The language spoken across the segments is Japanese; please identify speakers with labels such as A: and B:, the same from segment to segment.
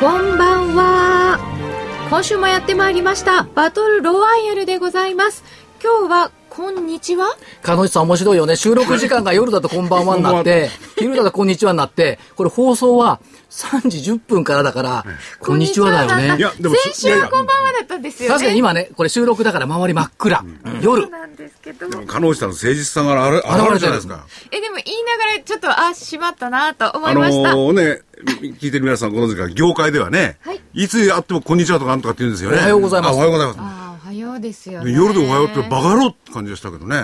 A: こんばんは今週もやってまいりましたバトルロワイヤルでございます今日はこんにちは
B: 彼女さん面白いよね。収録時間が夜だとこんばんはになって、昼だとこんにちはになって、これ放送は3時10分からだから、こんにちはだよ
A: い
B: ね。
A: やでも先週はこんばんはだったんですよね
B: 確かに今ね、これ収録だから周り真っ暗。夜。
A: なんですけど
C: 彼女さんの誠実さがあれ現れるじゃないですか。
A: えでも言いながらちょっとあしまったなと思
C: あ
A: い
C: の
A: ました、
C: ーね、聞いてる皆さんご存知か、業界ではね、
A: はい
C: い、つ会ってもこんにちはとかなんとかって言うんですよね。
B: おはようございます
C: あおはようございます。
A: あおはようですよね
C: で夜でおはようってバカ野郎って感じがしたけどね。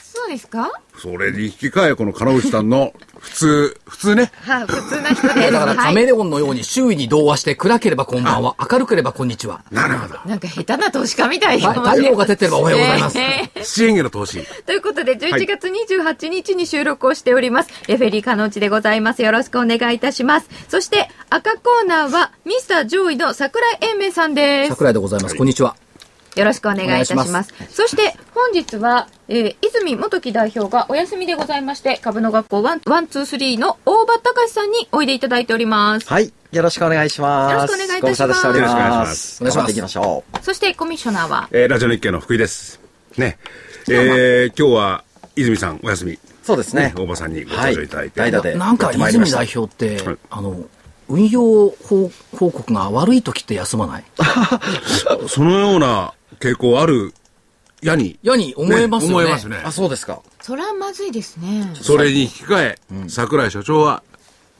A: そうですか
C: それに引き換え、この金内さんの 普通、普通ね。
A: はい、普通な人です。
B: だから
A: は
B: カ
A: い
B: メレオンのように周囲に同話して暗ければこんばんは、明るければこんにちは。
C: なるほど。
A: なんか下手な投資家みたい
B: はい太陽が出てればおはようございます
A: えー
C: 七演技の投資。
A: ということで、11月28日に収録をしております。レフェリーカノチでございます。よろしくお願いいたします。そして、赤コーナーは、ミスター上位の桜井英明さんです。
B: 桜井でございます。こんにちは。
A: よろしくお願いいたし
B: お願
A: ま
B: い
A: す。
B: します
A: そして、本日は、えー、泉元木代表がお休みでございまして、株の学校ワンワンツースリーの大場隆さんにおいでいただいております。
D: はい。よろしくお願いします。
A: よろしくお願いいたします
D: ご無沙汰しております。
B: よろしくお願
D: 頑張っ
B: い
D: て
B: し
D: いき
B: ま
D: ましょう。
A: そして、コミッショナーは、
C: えーラジオ日経の福井です。ね。えー今日は泉さんお休み。
D: そうですね。
C: 大場さんにご登場いただいて。
D: はい代打で
B: なんか
D: やってまいりま
B: 泉
D: した
B: 代表って
C: はい、
B: あの、運用報報告が悪い時って休まない
C: そのような傾向ある、やに。
B: やに思えますよね。
C: 思えますね。
D: あ、そうですか。
A: そらまずいですね。
C: それに引き換え、桜井所長は、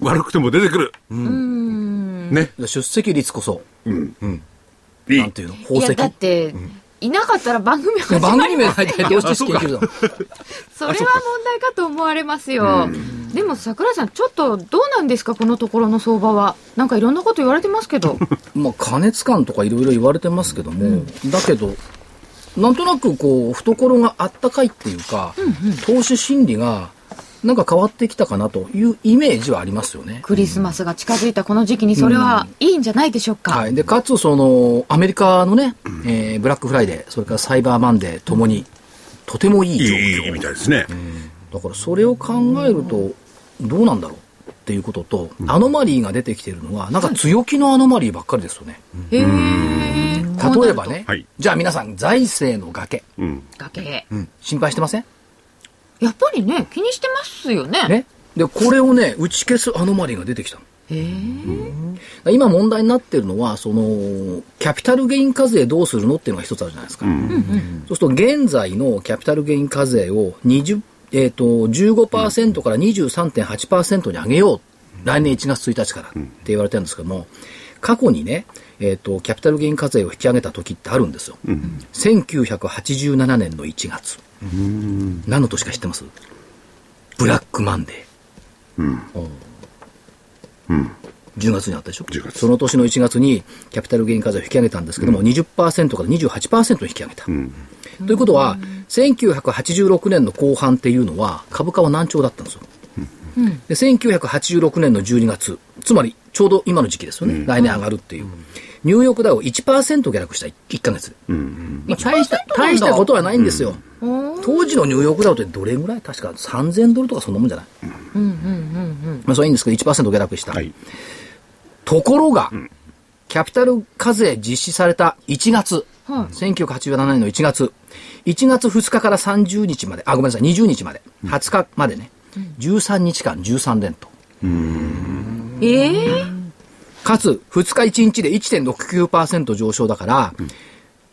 C: 悪くても出てくる。ね。
B: 出席率こそ、
C: い
B: なん
C: い。
B: ていうの宝
A: いや、
B: 石
A: だって、いなかったら番組始ま
B: 番
A: り
B: 組名大体どうして知ってるの
A: それは問題かと思われますよ。でも桜井さん、ちょっとどうなんですか、このところの相場は。なんかいろんなこと言われてますけど。
B: まあ加熱感とかいろいろ言われてますけども、だけどなんとなくこう懐があったかいっていうか、投資心理がなんか変わってきたかなというイメージはありますよね。
A: クリスマスが近づいたこの時期にそれはいいんじゃないでしょうか。
B: はい、でかつそのアメリカのね、えーブラックフライデーそれからサイバーマンデーともにとてもいい
C: い
B: 状
C: い、いい
B: 況
C: みたいですね。
B: だからそれを考えるとどうなんだろうっていうことと、アノマリーが出てきてるのはなんか強気のアノマリーばっかりですよね。
A: へえ。こう
B: 例え
A: なる
B: ば
A: と。
B: ね、
C: はい
B: じゃあ皆さん財政の崖
C: うん。
A: 崖
B: 心配してません
A: やっぱりね、気にしてますよね。
B: ねでこれをね打ち消すアノマリーが出てきたの
A: へえ。
B: 今問題になってるのはそのキャピタルゲイン課税どうするのっていうのが一つあるじゃないですか、そうすると現在のキャピタルゲイン課税を20、えー、と15%から23.8%に上げよう来年1月1日からって言われてるんですけども過去にね、えー、とキャピタルゲイン課税を引き上げた時ってあるんですよ、1987年の1月何の年か知ってますブラックマンデー10月にあったでしょ
C: 10月
B: その年の1月にキャピタルゲイン課税を引き上げたんですけども、20%から28%に引き上げた、ということは1986年の後半っていうのは株価は難聴だったんですよ、で1986年の12月つまりちょうど今の時期ですよね、来年上がるっていう、ニューヨークダウ1%下落した 1, ヶ月で、まあ、大した大したことはないんですよ、当時のニューヨークダウってどれぐらい確か3000ドルとかそんなもんじゃない、まあ、それはいいんですけど1%下落した、
C: はい。
B: ところが、キャピタル課税実施された1月、
A: はい
B: 1987年の1月、1月2日から30日まで、あ、ごめんなさい、20日まで、20日までね、13日間13連と。
A: ええ。
B: かつ、2日1日で1.69%上昇だから、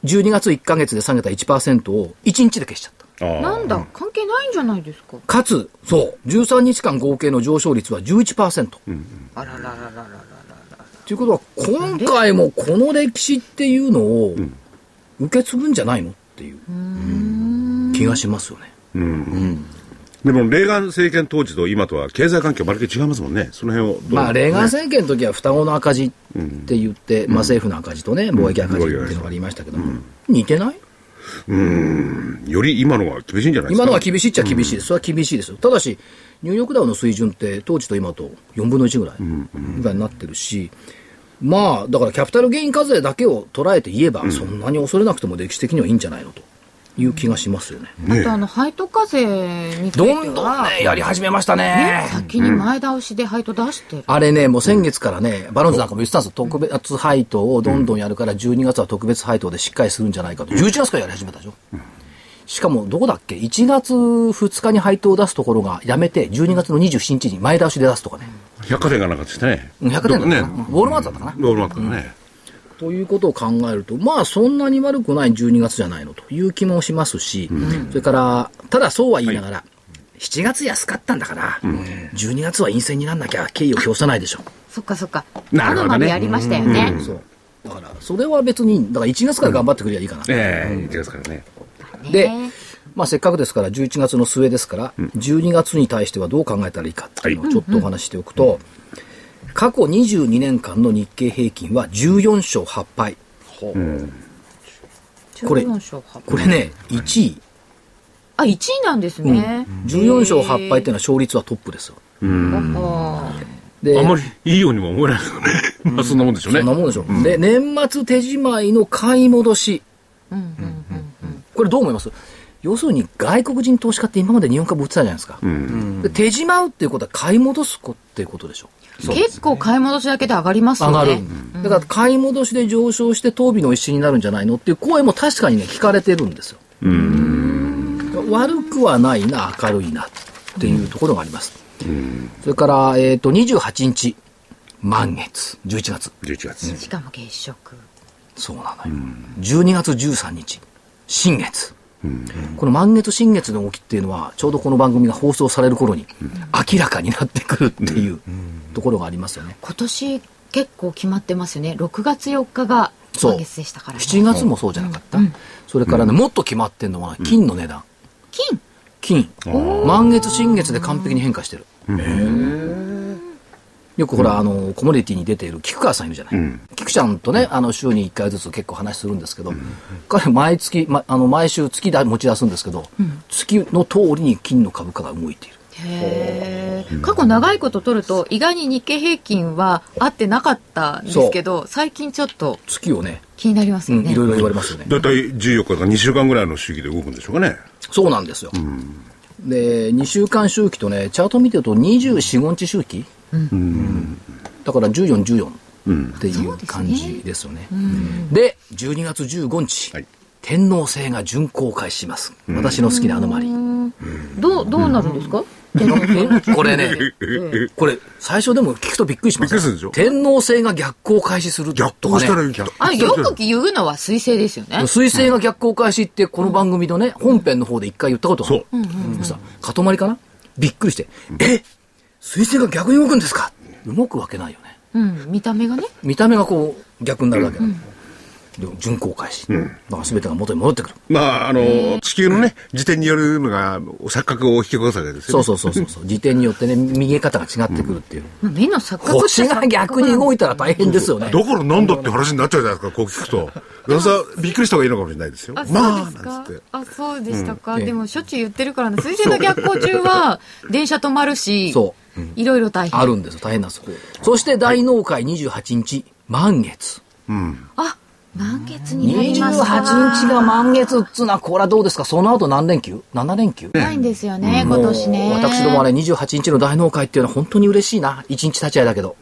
B: 12月1ヶ月で下げた1%を1日で消しちゃった。
C: あ
A: な
C: あ。
A: んだ、関係ないんじゃないですか。
B: かつ、そう、13日間合計の上昇率は11%。
A: あらららららら。
B: ということは今回もこの歴史っていうのを受け継ぐんじゃないのっていう気がしますよね。
C: でも、レーガン政権当時と今とは経済環境まるで違いますもんね。その辺をどう
B: まあ、レーガン
C: ね
B: 政権の時は双子の赤字って言って、まあ、政府の赤字とね、貿易赤字っていうのがありましたけども、似てない
C: より今のは厳しいんじゃないですか。
B: 今のは厳しいっちゃ厳しいです、それは厳しいですよ、ただし、ニューヨークダウの水準って、当時と今と4分の1ぐらいぐらいになってるし、まあ、だからキャピタルゲイン課税だけを捉えて言えば、そんなに恐れなくても歴史的にはいいんじゃないのという気がしますよね。
C: ね
E: あとあの、配当課税については、
B: どんどんね、やり始めましたね。
E: 先に前倒しで配当出してる。
B: あれね、もう先月からね、バロンズなんかも言ってたんですよ。特別配当をどんどんやるから、12月は特別配当でしっかりするんじゃないかと。11月からやり始めたでしょ。しかも、どこだっけ ?1 月2日に配当を出すところがやめて、12月の27日に前倒しで出すとかね。
C: 百貨店がなんかしたね。
B: 100点だったかな。ウ
C: ね。
B: ォールマートだったかな。
C: ロールマックだね。
B: ということを考えると、まあそんなに悪くない12月じゃないのという気もしますし、それから、ただそうは言いながら、7月安かったんだから、12月は陰線になんなきゃ敬意を表さないでしょ。
E: そっかそっか。
C: な
E: ア
C: るほどね
E: ロマでやりましたよね。
B: そう。だから、それは別に、だから1月から頑張ってくれりゃいいかな。
C: ええ、いいですからね。
B: で、まあせっかくですから、11月の末ですから、12月に対してはどう考えたらいいかっていうのをちょっとお話ししておくと、過去22年間の日経平均は14勝8敗。これ
E: 14勝8
B: これね、1位。
E: あ、1位なんですね。
B: 14勝8敗っていうのは勝率はトップですよ。
E: あー
B: で
C: あんまりいいようにも思えないですよね。まあそんなもんでしょう
B: そんな
C: ね。
B: もんでしょう。で、年末手仕舞いの買い戻し。これどう思います要するに外国人投資家って今まで日本株売ってたじゃないですか。で手仕舞うっていうことは買い戻すこっていうことでしょ。
E: 結構買い戻しだけで上がりますよ
B: 上
E: ね。
B: がる。だから買い戻しで上昇して当備の一心になるんじゃないのっていう声も確かにね、聞かれてるんですよ。悪くはないな、明るいなっていうところがあります。それから、えっ、と、28日、満月、11月。
C: 11月。
E: しかも月食。
B: そうなのよ。12月13日、新月。この満月新月の動きっていうのは、ちょうどこの番組が放送される頃に、明らかになってくるっていうところがありますよね。
E: 今年結構決まってますよね。6月4日が
B: そう
E: 満月でしたからね。
B: 7月もそうじゃなかった。それからね、もっと決まってんのは、金の値段。
E: 金
B: 金。満月新月で完璧に変化してる。よくほら、あの、コモディティに出ている菊川さんいるじゃない。菊ちゃんとね、あの、週に1回ずつ結構話するんですけど、彼、毎月、ま、あの、毎週月だ持ち出すんですけど、月の通りに金の株価が動いている。
E: へー過去長いこと取ると意外に日経平均は合ってなかったんですけど最近ちょっと
B: 月をね、
E: 気になります
B: う
E: よ
B: ん、
E: ね、
B: いろいろ言われますよね。
C: だいたい14日から2週間ぐらいの周期で動くんでしょうかね。
B: そうなんですよ。で、2週間周期とね、チャート見てると24、5日周期、だから14、14っていう感じですよね。で、12月15日、
C: はい
B: 天皇制が巡航開始します。私の好きなあのマリー。
E: どうどうなるんですか、
B: これね、これ、最初でも聞くとびっくりします。
C: びっくりするでしょ
B: 天皇制が逆行開始するとか、ね。
C: 逆行したらいいんだ。
E: あよく言うのは彗星ですよね
B: 水星が逆行開始って、この番組のね、本編の方で一回言ったことがある。そしたら、かとまりかなびっくりして、え水星が逆に動くんですか動くわけないよね。
E: うん見た目がね
B: 見た目がこう、逆になるだけだ。でも巡航開始。だから全てが元に戻ってくる。
C: まあ、あの、地球のね、自転によるのが、錯覚を引き起こすわけです
B: そ
C: よ
B: う
C: ね。
B: そうそうそうそう。自転によってね、見え方が違ってくるっていう。
E: まあ目の錯覚っちゃ
B: 星
E: 錯覚
B: が逆に動いたら大変ですよね。
C: だからなんだって話になっちゃうじゃないですか、こう聞くと。皆さん、びっくりした方がいいのかもしれないですよ。ま
A: あそう
C: あ、
A: ですか、
C: なんつって。
A: あそうでしたか、
B: うんええ
A: でもしょっちゅう言ってるからな水星の逆行中は電車止まるし
B: そ
A: いろいろ大変
B: あるんですよ。大変なんですよ。そして大納会28日、満月。
A: あ満月になりました
B: 28日が満月っつうのは、これはどうですかその後何連休 ?7 連休
E: ないんですよね、今年ね
B: もう私どもはね、28日の大納会っていうのは本当に嬉しいな。1日立ち会いだけど。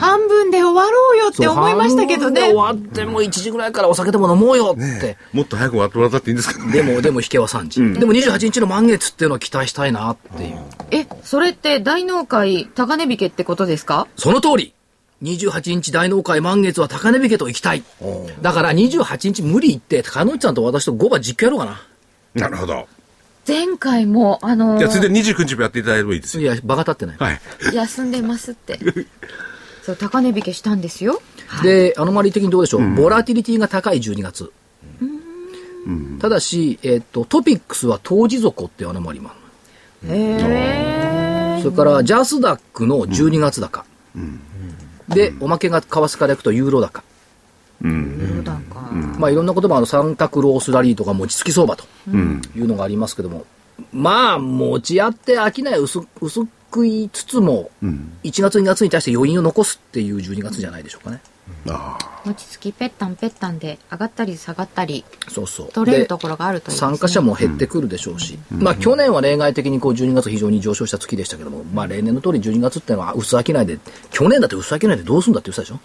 A: 半分で終わろうよって思いましたけどね
B: そう半分で終わっても1時ぐらいからお酒でも飲もうよって。
C: もっと早く終わってもらったっていいんですけどね。
B: でも、でも引けは3時。でも28日の満月っていうのは期待したいなっていう。
E: えそれって大納会高値引けってことですか
B: その通り !28 日大納会満月は高値引けと行きたい。だから28日無理言って、高之内さんと私と5番実況やろうかな。
C: なるほど。
E: 前回もあのー
C: じゃあ、ついで29日もやっていただいてもいいですよ。
B: いや、場が立ってない。
C: はい。
E: 休んでますって そう高値引けしたんですよ
B: で、アノマリー的にどうでしょう、ボラティリティが高い12月。ただし、えっと、トピックスは当時底っていうアノマリーもあるの
A: へえ。
B: それからジャスダックの12月高、で、おまけが為替からいくとユーロ高、
C: うん。
A: そうだか。
B: まあ、いろんなこともあの三角ロースラリーとか餅つき相場と
C: うん。
B: いうのがありますけども、まあ、持ち合って商い薄薄くいつつも、
C: うん。
B: 1月、2月に対して余韻を残すっていう12月じゃないでしょうかね。
C: ああ。
A: 餅つきぺったんぺったんで、上がったり下がったり、
B: そうそう。
A: 取れる
B: で
A: ところがあるという、
B: 参加者。も減ってくるでしょうし、まあ去年は例外的にこう12月非常に上昇した月でしたけども、まあ例年の通り12月ってのは薄商いで、去年だって薄商いでどうすんだって言ってたでしょ、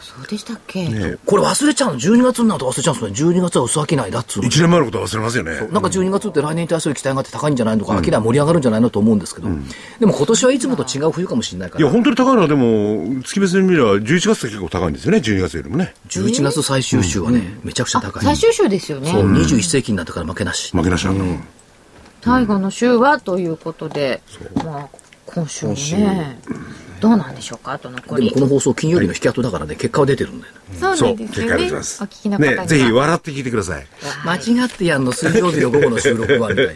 A: そうでしたっけ、
C: ね
B: これ忘れちゃうの ?12 月になると忘れちゃうんですよね。12月は薄商いだっつうのに
C: 一年前のことは忘れますよね。
B: なんか12月って来年に対する期待があって高いんじゃないのとか、秋は盛り上がるんじゃないのと思うんですけど、でも今年はいつもと違う冬かもしれないか
C: いや、
B: ら、
C: 本当に高いのは、でも、月別に見れば、11月って結構高いんですよね、12月よりもね。
B: 11月最終週はね、めちゃくちゃ高い。
A: 最終週ですよね。
B: そう、21世紀になってから負けなし。
C: 負けなしなんだもん。
A: 最後の週はということで、まあ、今週もね、どうなんでしょうか、あと残
B: でも
A: り
B: こ。の放送金曜日の引き跡だからね、結果は出てるんだよね。
A: そうなんです
C: 結
A: よ
C: 果
A: ね。
C: でご
A: お
C: ざいま
A: 聞き
C: す。
A: の方には、
C: ね、ぜひ笑って聞いてください。
B: 間違ってやんの、水曜日の午後の収録はみたいな。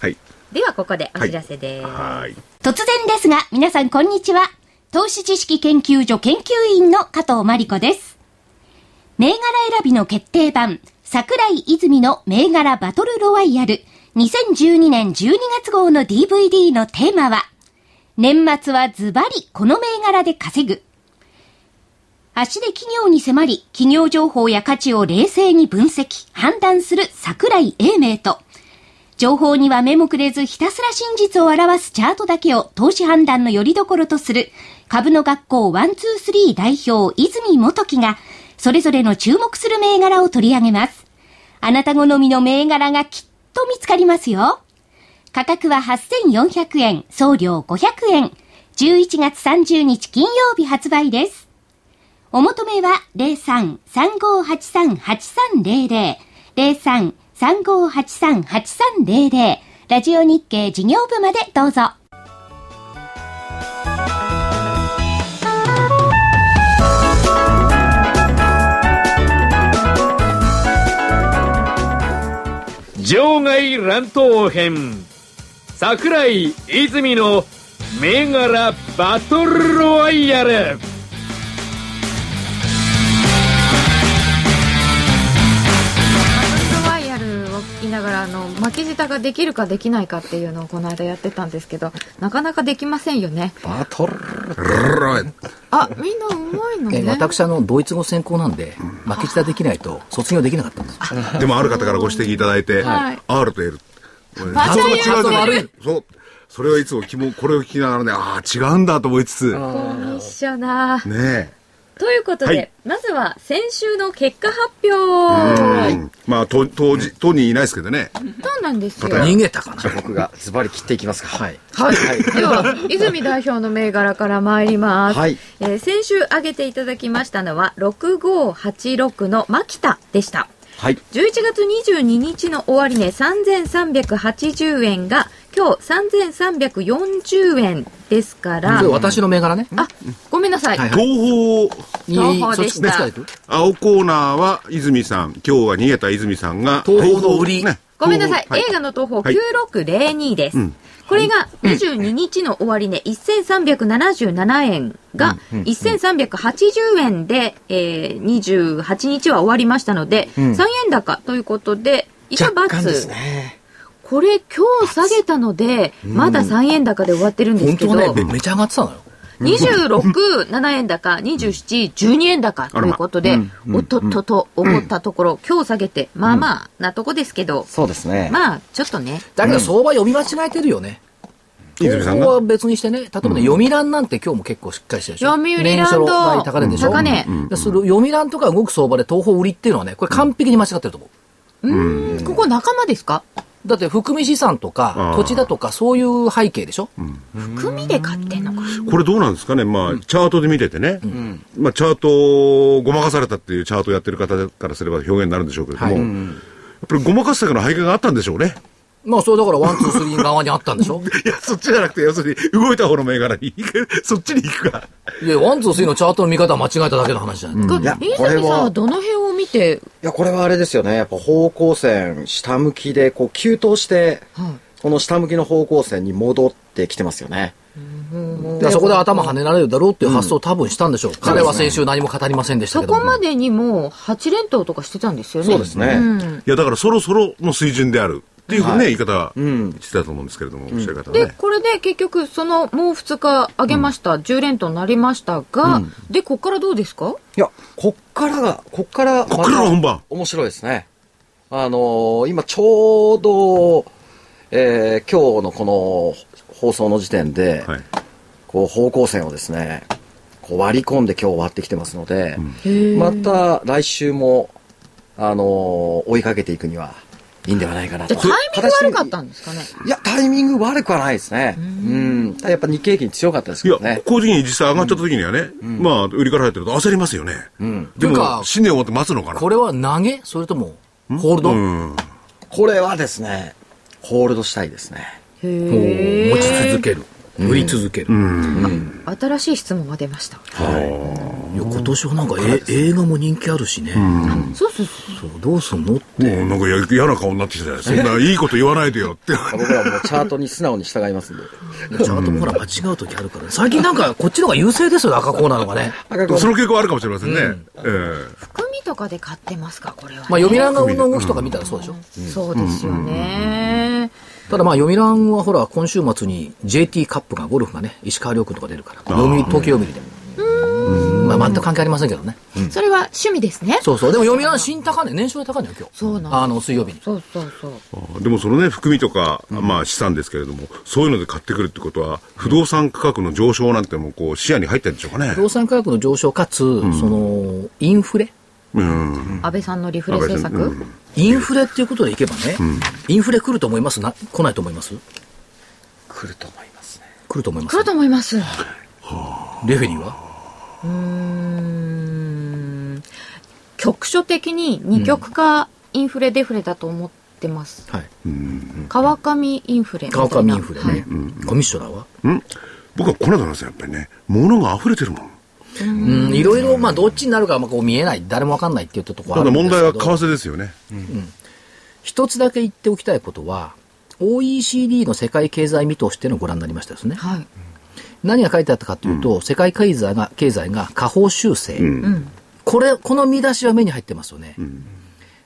C: はい。
A: ではここでお知らせです。
C: はーい。
F: 突然ですが、皆さんこんにちは。投資知識研究所研究員の加藤真理子です。銘柄選びの決定版、桜井泉の銘柄バトルロワイヤル、2012年12月号の DVD のテーマは、年末はズバリこの銘柄で稼ぐ。足で企業に迫り、企業情報や価値を冷静に分析、判断する桜井英明と、情報には目もくれずひたすら真実を表すチャートだけを投資判断の拠り所とする株の学校123代表泉元樹がそれぞれの注目する銘柄を取り上げます。あなた好みの銘柄がきっと見つかりますよ。価格は8400円、送料500円。11月30日金曜日発売です。お求めは03-3583-8300、03-3583-8300、ラジオ日経事業部までどうぞ。
G: 場外乱闘編桜井泉の銘柄バトルロワイヤル
A: トワイヤルを聞きながらあの巻き舌ができるかできないかっていうのをこの間やってたんですけどなかなかできませんよね
D: バトル。
A: あみんなうまいの
B: え
A: ね
B: 私あのドイツ語専攻なんで負け舌できないと卒業できなかったんですよ
C: でも、ある方からご指摘いただいて、
A: はい
C: R と L。これ
B: 発音が違うと悪い
C: そう。それはいつもきも、これを聞きながらね、ああ、違うんだと思いつつ、
A: 一緒だ
C: ねえ。
A: ということで、
C: はい
A: まずは先週の結果発表
C: うんまあ、と当時、当人いないですけどね。
A: そうなんですよ
B: 逃げたかな
D: 僕がズバリ切っていきますか。はい。
A: はい、では泉代表の銘柄から参ります、
D: はい
A: えー先週挙げていただきましたのは6586の牧田でした
D: はい。
A: 11月22日の終値3380円が今日3340円ですから、
B: それ私の銘柄ね
A: あごめんなさい、
B: はい
C: 東宝、
A: 東宝でした
B: そっちどっちから
C: 青コーナーは泉さん、今日は逃げた泉さんが、
B: 東宝の売り
C: ね
A: ごめんなさい、
C: 東宝
A: 映画の東宝
C: はい
A: 9602です、
C: うん
A: これが22日の終値1377円が1380円で、えー、28日は終わりましたので、3円高ということで一応
D: 若
A: 罰
D: 干ですね。
A: これ今日下げたので、まだ3円高で終わってるんです
B: 本
A: け
B: 当
A: ど、
B: はねめめちゃ上がってたのよ
A: 26、7円高、27、12円高ということで、おっとっとと思ったところ、今日下げて、まあまあなとこですけど、
D: そうですね。
A: まあちょっとね、
B: だけど相場読み間違えてるよね
C: 泉
B: 東
C: さん
B: 宝
C: が
B: は別にしてね例えばね読み欄なんて今日も結構しっかりしてるでしょ
A: 読売ランド
B: 年初の倍高値でしょ
A: 高値
B: うんでその読み欄とか動く相場で東宝売りっていうのはねこれ完璧に間違ってると思う
A: うーんここ仲間ですか
B: だって含み資産とか
C: あー
B: 土地だとかそういう背景でしょ
A: 組で買ってんのか。
C: これどうなんですかね、まあ、チャートで見ててね、まあ、チャートをごまかされたっていうチャートをやってる方からすれば表現になるんでしょうけれども、
B: はい
C: やっぱりごまかしたから背景があったんでしょうね。
B: まあそれだからワンツースリー側にあったんでしょ
C: いや、そっちじゃなくて、要するに動いた方の銘柄に 行く、そっちに行くか。
B: いや、ワンツースリーのチャートの見方は間違えただけの話じゃない、
D: いや
A: リー
D: こ
A: ザ
D: れ
A: ミさんは
D: は、
A: どの辺を見て、
D: いや、これはあれですよね。やっぱ方向線、下向きで、こう、急騰して、この下向きの方向線に戻ってきてますよね。
B: だからそこで頭跳ねられるだろうっていう発想を多分したんでしょう。彼は先週何も語りませんでした
A: そ
B: けども。
A: こまでにもう8連投とかしてたんですよね。
D: そうですね
A: うん
C: いや、だからそろそろの水準であるっていうね、言い方
D: ん
C: してたと思うんですけれども、おっしゃり方は
A: で、
C: ね。
A: これで結局、その、もう2日上げました、10連投になりましたが、で、こっからどうですか
D: いや、こっからが、こっから、
C: こっからが本番。
D: 面白いですね。あのー今ちょうど、えー今日のこの放送の時点で、
C: はい。
D: こう方向線をですね、こう割り込んで今日割ってきてますので、また来週も、あのー追いかけていくには、いいんではないかな
A: じ
D: と。
A: ゃあタイミング悪かったんですかね。
D: いや、タイミング悪くはないですね。うん。ただやっぱ日経平均強かったです
C: い
D: けど
C: や
D: ね、。
C: 工事に実際上がっちゃった時にはね、まあ、売りから入ってると焦りますよね。
B: て
C: でも
B: か、
C: 新年終わって待つのかな。
B: これは投げそれとも、ホールド、
C: うん。
D: これはですね、ホールドしたいですね。
B: もう持ち続ける。売り続ける。
A: 新しい質問が出ました。
B: いや今年はなんかえ映画も人気あるしね、
A: そうそうそう。
B: そうどうすんのって、
C: もうなんかや嫌な顔になってきたじゃないそんないいこと言わないでよって。
D: 僕らもうチャートに素直に従いますんで。
B: チャートもほら間違う時あるから、ね、最近なんかこっちの方が優勢ですよね赤コーナーの方がね
D: 赤
C: その傾向あるかもしれませんね。ええ
A: 組とかで買ってますか、これは。
B: まあ読売の動きとか見たらそうでしょ、
A: そうですよね。
B: ただまあ読売はほら今週末に JT カップがゴルフがね石川遼君とか出るから読売東京読売でうんまあ全く関係ありませんけどね、
A: それは趣味ですね。
B: そうそうでも読売新高値年初で高値よ今日
A: そうなんです
B: あの水曜日に
A: そうそうそう。
C: でもそのね、含みとか、まあ資産ですけれども、そういうので買ってくるってことは、不動産価格の上昇なんてもうこう視野に入ってるんでしょうかね
B: 不。動産価格の上昇かつ、そのインフレ
C: うん。
A: 安倍さんのリフレ政策、
C: うん
B: インフレっていうことでいけばね、インフレ来ると思いますな来ないと思います
D: 来ると思いますね。
B: 来ると思います
A: 来ると思います。う
B: レフェリーは
A: ーん。局所的に二極化、インフレデフレだと思ってます。
B: はい
A: 川上インフレみたい
B: 川
A: な。
B: 上インフレね、
A: はい
B: コミッショナーは
C: うん僕はこの間なんですよ、やっぱりね。物が溢れてるもん。
B: うんいろいろまあどっちになるかはまあこう見えない誰もわかんないって言ったところ
C: た
B: ある
C: だ
B: んです
C: 問
B: けど
C: 題は為替ですよね。
B: 一つだけ言っておきたいことは OECD の世界経済見通しっていうのをご覧になりましたですね、
A: はい。
B: 何が書いてあったかというと、世界経済が経済が下方修正、
A: うん。
B: これこの見出しは目に入ってますよね、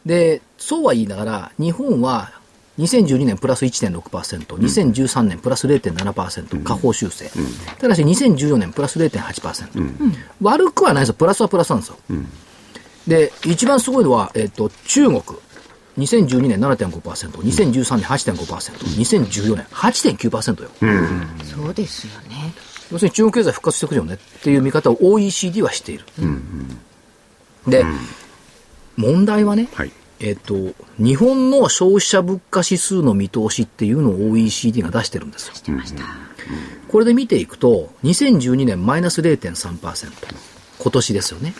B: でそうは言いながら日本は2012年プラス 1.6%2013 年プラス0.7%下方修正、ただし2014年プラス0.8%、悪くはないですよプラスはプラスなんですよ、で一番すごいのは、えっと中国2012年 7.5%2013 年 8.5%2014 年8.9%よ、
A: そうですよね。
B: 要するに中国経済復活してくるよねっていう見方を OECD はしている。で、問題はね、
C: はい
B: えっ、と、日本の消費者物価指数の見通しっていうのを OECD が出してるんですよ。これで見ていくと、2012年マイナス0.3%。今年ですよね。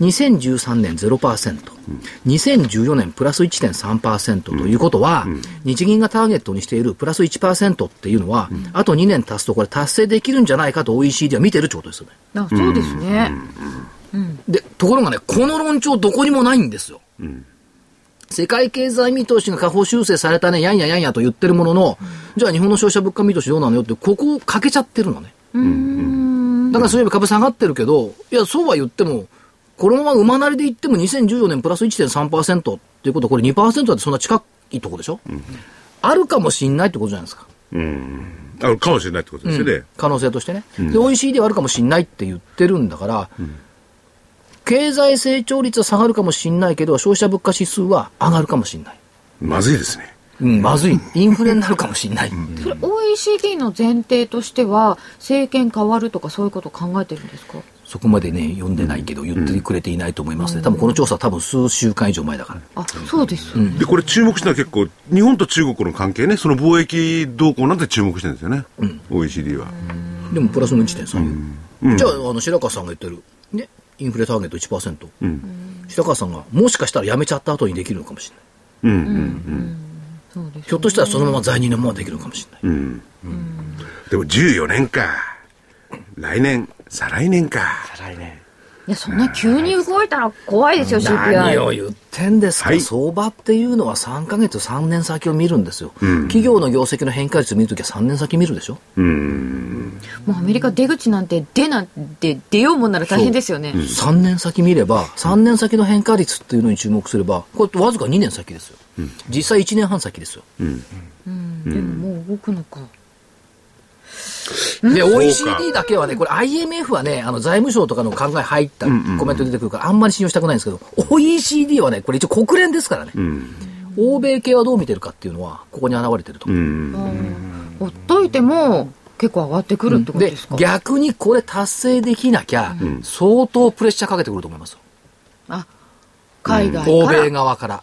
B: 2013年0%。2014年プラス1.3%ということは、日銀がターゲットにしているプラス1%っていうのは、あと2年足すとこれ達成できるんじゃないかと OECD は見てるってことですよね。
A: あそうですね。
B: で、ところがね、この論調どこにもないんですよ。世界経済見通しが下方修正されたね、やんややんやと言ってるものの、じゃあ日本の消費者物価見通しどうなのよって、ここを欠けちゃってるのね。だからそういえば株下がってるけど、いや、そうは言っても、このまま馬なりで言っても2014年プラス1.3%っていうことは、これ2%だってそんな近いとこでしょ、あるかもしんないってことじゃないですか。
C: あのかもしれないってことですよね。
B: 可能性としてね、で OECD はあるかもしれないって言ってるんだから、経済成長率は下がるかもしれないけど、消費者物価指数は上がるかもしれない、
C: まずいですね。
B: うん、まずい、インフレになるかもしれない、
A: それ OECD の前提としては、政権変わるとかそういうこと考えてるんですか
B: そこまでね、読んでないけど、言ってくれていないと思いますね、多分この調査は多分数週間以上前だから、
A: あ、そうですよね。
C: で、これ注目したのは結構、日本と中国の関係ね、その貿易動向なんて注目してるんですよね。OECD は。
B: でもプラスの1.3よ、じゃああの、白川さんが言ってる、ね、インフレターゲット1%、白川さんがもしかしたら辞めちゃった後にできるのかもしれない、
A: そうです、ね。
B: ひょっとしたらそのまま在任のままできるのかもしれない。
C: でも14年か。来年、再来年か。
D: 来年。
A: いや、そんな急に動いたら怖いですよ、
B: 何
A: CPI。
B: を言ってんですか、
C: はい
B: 相場っていうのは3ヶ月、3年先を見るんですよ、企業の業績の変化率見るときは3年先見るでしょ、
A: もうアメリカ出口なんて出なんて出ようもんなら大変ですよね。
B: 3年先見れば、3年先の変化率っていうのに注目すれば、これ、わずか2年先ですよ、実際1年半先ですよ。
A: でももう動くのか。
B: で、
C: そうか
B: OECD だけはね、これ IMF はね、あの財務省とかの考え入ったコメント出てくるから、あんまり信用したくないんですけど、OECD はね、これ一応国連ですからね、欧米系はどう見てるかっていうのは、ここに現れてると。
A: ほっといても結構上がってくるってこと
B: で
A: ですか、
B: 逆にこれ達成できなきゃ、相当プレッシャーかけてくると思いますよ、
A: 海外
B: 欧
A: から
B: 米。側から、
C: あ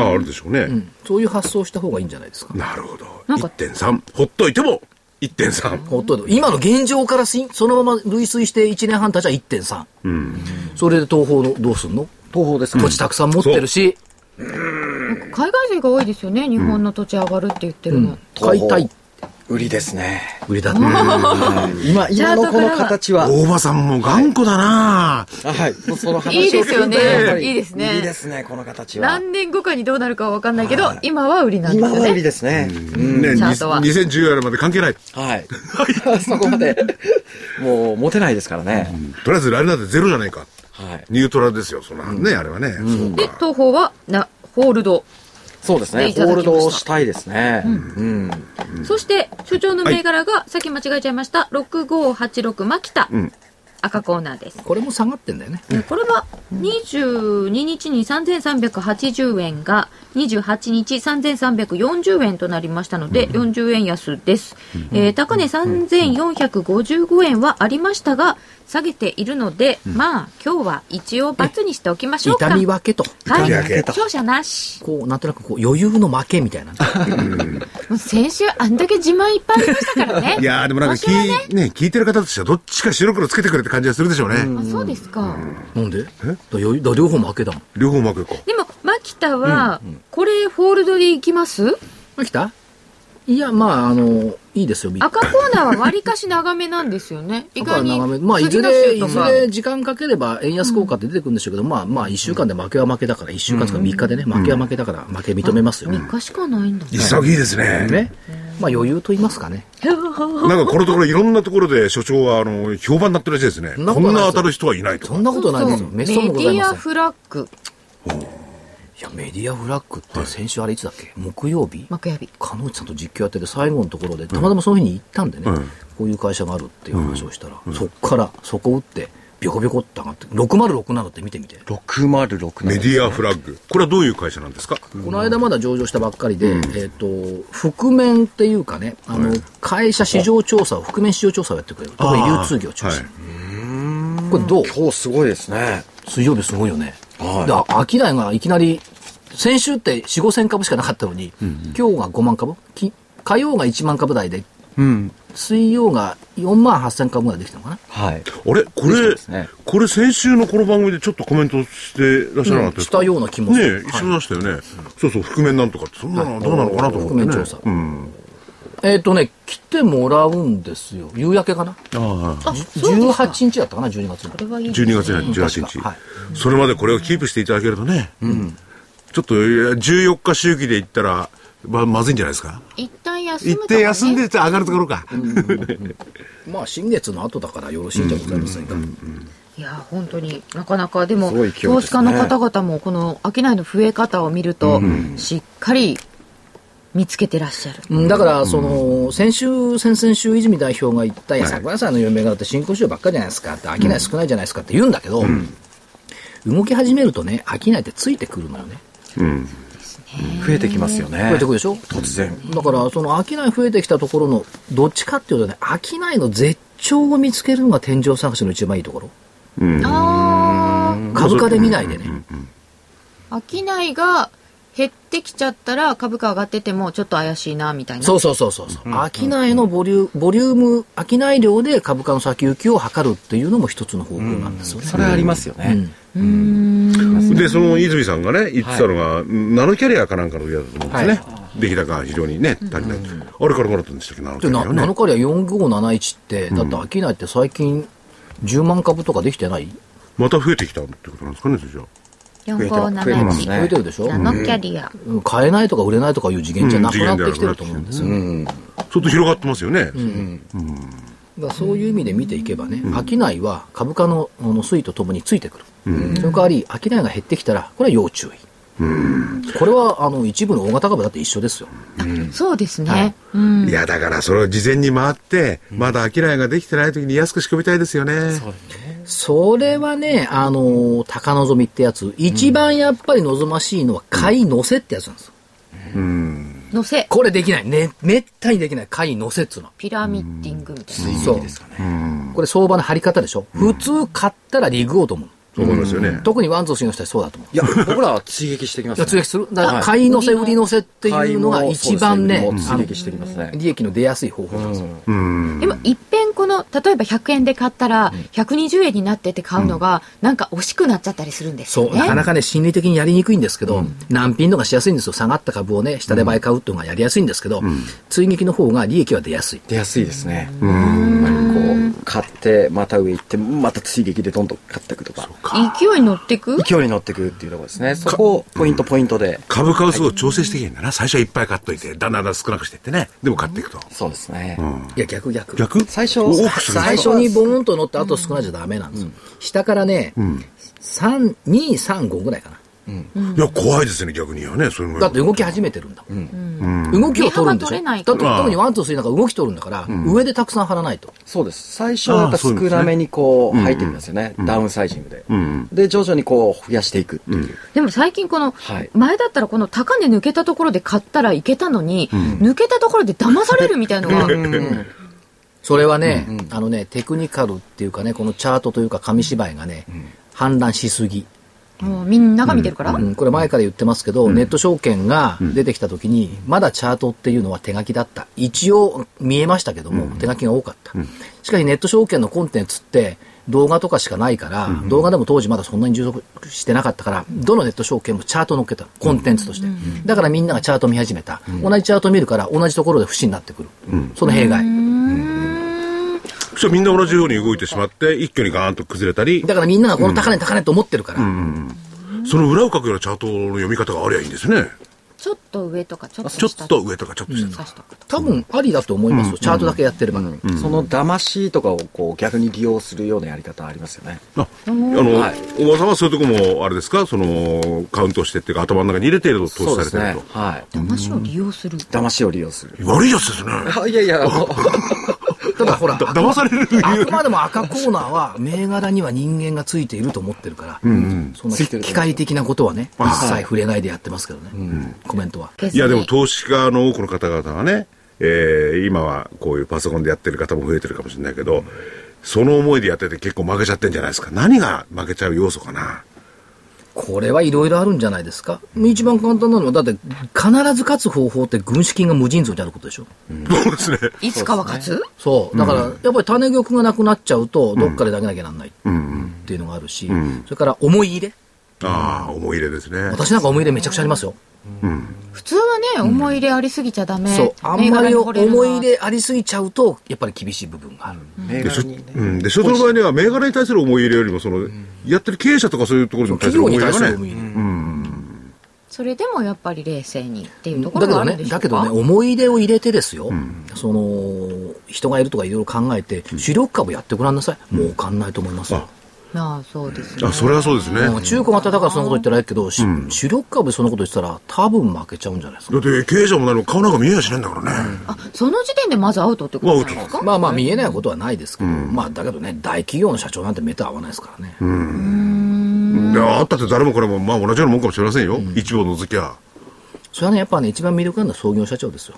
C: あ、あるでしょうね。
B: うんそういう発想をした方がいいんじゃないですか。
C: なるほど。
A: なんか
C: 1.3。ほっといても1.3。
B: ほっといて今の現状からしそのまま類推して1年半経ちは1.3、それで東方のどうすんの
D: 東方ですか
B: 土地たくさん持ってるし、
A: 海外勢が多いですよね、日本の土地上がるって言ってるの。
B: 買いたい
D: 売りですね。
B: 売りだね
D: 今、今のこの形は、
C: 大場さんも頑固だな、
D: はい、もうその話を
A: いいですよね
D: 聞てやっぱり
A: いいですね
D: 売りですね、この形は。
A: 何年後かにどうなるかは分かんないけど、今は売りなんで
D: 今
A: すよ
D: は売り
A: ね。
D: ですね。
C: ね、
A: チャートは
C: 2014年まで関係ない。
D: はい。そこまで、もう、持てないですからね。
C: とりあえずラインなんてゼロじゃないか。
D: はい。
C: ニュートラルですよ、そんな、ね、あれはね。そう
A: で
C: か、
A: 東方はなホールド。
D: そうです
A: で
D: ね。
A: い
D: ホ
A: ただき
D: ー
A: まし
D: ル
A: た
D: ドしたいですね。うん。
A: そして、所長の銘柄が、さっき間違えちゃいました、6586マキタ。赤コーナーです。
B: これも下がってんだよね
A: これは22日に3380円が28日3340円となりましたので40円安です、えー高値3455円はありましたが下げているので、まあ今日は一応×にしておきましょうか
B: 痛み分けと
A: はい
C: 痛み分け
A: 勝者なし
B: こうなんとなくこう余裕の負けみたいな
A: もう先週あんだけ自慢いっぱいありましたからね
C: いやーでもなんか
A: 今週
C: 聞,、
A: はね
C: ね、聞いてる方としてはどっちか白黒つけてくれって感じがするでしょうね。
A: あそうですか、
B: なんでだ余裕だ両方負けだもん
C: 両方うまくいこう。
A: でもマキタは、これホールドでいきます
B: 来たいやまああのいいですよ見て
A: 赤コーナーはわりかし長めなんですよね。意外に
B: だから長めまあ、いずれ、
A: 次
B: い
A: の週
B: ず
A: とか
B: れ時間かければ円安効果って出てくるんでしょうけど、まあ、まあ、1週間で負けは負けだから、1週間とか3日でね、負けは負けだから、負け認めますよ。
A: 3日しかないんだ。
C: 潔いですね。
B: ね。まあ、余裕と言いますかね。
C: なんかこのところいろんなところで所長はあの評判になってるらしいですね。
B: んな
C: こ
B: ことない
C: んな当たる人はいないと
B: そんなことないですよ。メ
A: メデ
B: ソもござい
A: ィ
B: ま
A: ア
B: せん。い
A: フラッグ、
B: や、メディアフラッグって先週あれいつだっけ木曜日
A: 幕やび。
B: 鹿野内さんと実況やってて、最後のところで、たまたまその日に行ったんでね、
C: うん
B: こういう会社があるっていう話をしたら、そっから、そこ打って、ビョコビョコって上がって、6067って見てみて。
D: 6067。
C: メディアフラッグ。これはどういう会社なんですか
B: この間まだ上場したばっかりで、えっ、と、覆面っていうかね、あの、会社市場調査を、覆面市場調査をやってくれる。特に流通業を中心に。これどう
D: 今日すごいですね。
B: 水曜日すごいよね。
D: はい
B: だから、商いがいきなり、先週って4、5千株しかなかったのに、今日が5万株き火曜が1万株台で、
D: うん。
B: 水曜が4万8千株ぐらいできたのかな。
D: は
C: あ
D: い。
C: れこ
D: そう
C: れ
D: ですね、
C: これ先週のこの番組でちょっとコメントしてらっしゃらなかったですか、
B: うんしたような気もする
C: ねえ一緒に出したよね、そうそう、覆面なんとかって、そんなのどうなのかなと思って、ね。
B: 覆面調査
C: うん。
B: えっ、とね、来てもらうんですよ。夕焼けかな。
C: ああ。
A: あ、そうですか。
B: 18日だったかな、12月に
A: こ。れはいいですね
C: 12月18日、
B: 確かはい
C: それまでこれをキープしていただけるとね、ちょっといや14日周期でいったら、ままずいんじゃないですか
A: 一旦休む
C: 行
A: と
C: っ
A: かね
C: て休んでて上がるところか、
B: まあ、新月の後だからよろしいんじゃございませんか。
A: いや、本当になかなか、でも、
D: すごい勢いですね
A: 投資家の方々も、この商いの増え方を見ると、しっかり見つけてらっしゃる。
B: うんだから、その、先週、先々週、泉代表が言った、いや、桜井さんの有名柄って新興市場ばっかりじゃないですかって、商い少ないじゃないですかって言うんだけど、動き始めるとね、商いってついてくるのよね。
D: 増えてきますよね。
B: 増えてくるでしょ
D: 突然。
B: だから、その商い増えてきたところの、どっちかっていうとね、商いの絶頂を見つけるのが天井探しの一番いいところ。株価で見ないでね。
A: 商いが減ってきちゃったら、株価上がってても、ちょっと怪しいな、みたいな。
B: そうそうそうそうそう。商いのボリューボリューム、商い量で株価の先行きを測るっていうのも一つの方法なんですよね。
D: それありますよね。
C: でその泉さんがね言ってたのが、ナノキャリアかなんかの売りだったと思うんですね、出来高が非常にね足りない、あれからもらったんでしたっけナノキ
B: で
C: ャリア
B: な
C: はね
B: 7から4571って、だって商いって最近10万株とかできてない
C: また増えてきたってことなんですかね、それじゃあ。
D: 増えてます
B: 増え
D: ね
B: て。るでしょ、
A: ナノキャリア。
B: うん買えないとか売れないとかいう次元じゃなくなってきてると思うんですよ、
D: うん。
C: ちょっと広がってますよね。
B: だからそういう意味で見ていけばね、商いは株価のあの推移とともについてくる、その代わり商いが減ってきたらこれは要注意、これはあの一部の大型株だって一緒ですよ、
E: そうですね。うん。
C: いや、だからそれを事前に回って、まだ商いができてない時に安く仕込みたいですよね。
B: それはね、あのー高望みってやつ、一番やっぱり望ましいのは、買い乗せってやつなんですよ。
A: のせ。
B: これできない。ね、めったにできない。買い乗せっつうのは。
A: ピラミッティングみたいな。
B: そう。これ相場の張り方でしょ。普通買ったらリグおうと思う。
C: そう思いますよね。
B: 特にワンゾーシーの人はそうだと思う。
D: いや、僕らは追撃してきま
B: いや、
D: す
B: 通
D: ね。
B: 訳するだから
D: はい
B: 買い乗せ、売り乗せっていうのが
D: 買も
B: 一番ね
D: そう、です
B: あ
D: 売
B: の
D: りも追撃してきますね。
B: 利益の出やすい方法なんですよ。
D: う
C: うん。
A: でも、いっぺんこの、例えば100円で買ったら、120円になってて買うのが、なんか惜しくなっちゃったりするんです
B: そ
A: よ
B: う、なか
A: ね。
B: なかね、心理的にやりにくいんですけど、難品のがしやすいんですよ。下がった株をね、下で倍買うっていうのがやりやすいんですけど、追撃の方が利益は出やすい。
D: 出やすいですね。うん。こう、買って、また上行って、また追撃でどんどん買っていくとか、
A: 勢いに乗ってく
D: 勢いに乗っていくっていうところですね。そこをポイントポイントで。
C: 株価をすごい調整していけばいいんだな。最初はいっぱい買っといて、だんだんだん少なくしていってね。でも買っていくと。
D: そうですね。
B: いや、逆逆。
C: 逆
D: 最初
C: 多くする
B: 最初にボーンと乗って、あと少ないじゃダメなんですよ。下からね、3、2、3、5ぐらいかな。
C: いや、怖いですね、逆にはね。そういうの
B: だって動き始めてるんだもん。動きを取るんでし
A: 値幅取れ
B: ょ。
A: な
B: だって
A: いから
B: 特にワン、ツー、スリーなんか動き取るんだから、上でたくさん張らないと。
D: そうです。最初はやっぱ少なめにこう、入っていきますよね。ダウンサイジングで。で、徐々にこう、増やしていくっていう。
A: でも最近この
D: はい、
A: 前だったらこの高値抜けたところで買ったらいけたのに、抜けたところで騙されるみたいのが、
B: それはね、あのね、テクニカルっていうかね、このチャートというか紙芝居がね、氾濫しすぎ。
A: もうみんなが見てるから。
B: うんこれ前から言ってますけど、ネット証券が出てきた時に、まだチャートっていうのは手書きだった。一応見えましたけども、手書きが多かった。しかしネット証券のコンテンツって、動画とかしかないから、動画でも当時まだそんなに充足してなかったから、どのネット証券もチャート乗っけたのコンテンツとして。だからみんながチャート見始めた。同じチャート見るから、同じところで不死になってくる。その弊害。
C: そしたらみんな同じように動いてしまって、一挙にガーンと崩れたり、
B: だからみんながこの高値高値と思ってるから、
C: その裏を書くようなチャートの読み方がありゃいいんですね。
A: ちょっと上とか、ちょっと
C: ちょ
A: 下
C: っと上とかちょっと下とか。
B: 多分ありだと思いますよ。チャートだけやってれば。
D: その騙しとかをこう、逆に利用するようなやり方ありますよね。
C: ああの、おばさんはそういうとこも、あれですか、その、カウントしてっていうか、頭の中に入れてると投資
D: そう
C: さ
D: で
C: れ
D: す
C: て
D: ね
C: る。
D: はい。
A: 騙しを利用する。
D: 騙しを利用する。
C: と。悪いやつですね。
D: あいやい や、もう
B: ただほ ら、
C: 騙される理
B: あ
C: 由
B: くまでも赤コーナーは、銘柄には人間がついていると思ってるから、そんな
D: ついてると思う
B: 機械的なことはね、一切触れないでやってますけどね、コメントは。
C: いや、でも投資家の多くの方々はね、えー今はこういうパソコンでやってる方も増えてるかもしれないけど、その思いでやってて結構負けちゃってんじゃないですか。何が負けちゃう要素かな。
B: これはいろいろあるんじゃないですか。一番簡単なのは、だって、必ず勝つ方法って軍資金が無尽蔵にあることでしょ。
C: そうですね。
A: いつかは勝つ
B: そう。だから、やっぱり種玉がなくなっちゃうと、どっかで投げなきゃなんないっていうのがあるし、それから思い入れ。
C: ああ、思い入れですね。
B: 私なんか思い入れめちゃくちゃありますよ。
A: 普通はね、思い入れありすぎちゃダメ。
B: そう。あん
A: 銘
B: ま
A: 柄
B: り
A: に
B: 思
A: 惚れるない
B: 入れありすぎちゃうと、やっぱり厳しい部分がある。
D: 銘
C: でしょ
D: 柄にね
C: うん、で所長の場合には銘柄に対する思い入れよりもその、やってる経営者とかそういうところに対
B: 企
C: する
B: 業
C: 思い
B: に
C: 入れ
B: 対す
C: が
B: る思
C: ね
B: い入れ。
A: それでもやっぱり冷静にっていうとこ
B: だ
A: ろ
B: け
A: が
B: ど
A: あ
B: ね
A: るんで、しょ
B: だ
A: う
B: け
A: か
B: どね、思い出を入れてですよ、その、人がいるとかいろいろ考えて、主力株やってごらんなさい。儲かんないと思いますよ。
A: ああそうですね
C: あそれはそうですね、
B: うん中古型だからそんなこと言ってないけど、し主力株でそんなこと言ってたら、多分負けちゃうんじゃないですか。
C: だって経営者も何も顔なんか見えやしないんだからね、
A: あその時点でまずアウトってことなんですか、
B: まあまあ見えないことはないですけど、まあだけどね、大企業の社長なんて目と合わないですからね。
C: であったって誰もこれもまあ同じようなもんかもしれませんよ、一部を除きゃ
B: それはね、やっぱね、一番魅力なのは創業社長ですよ。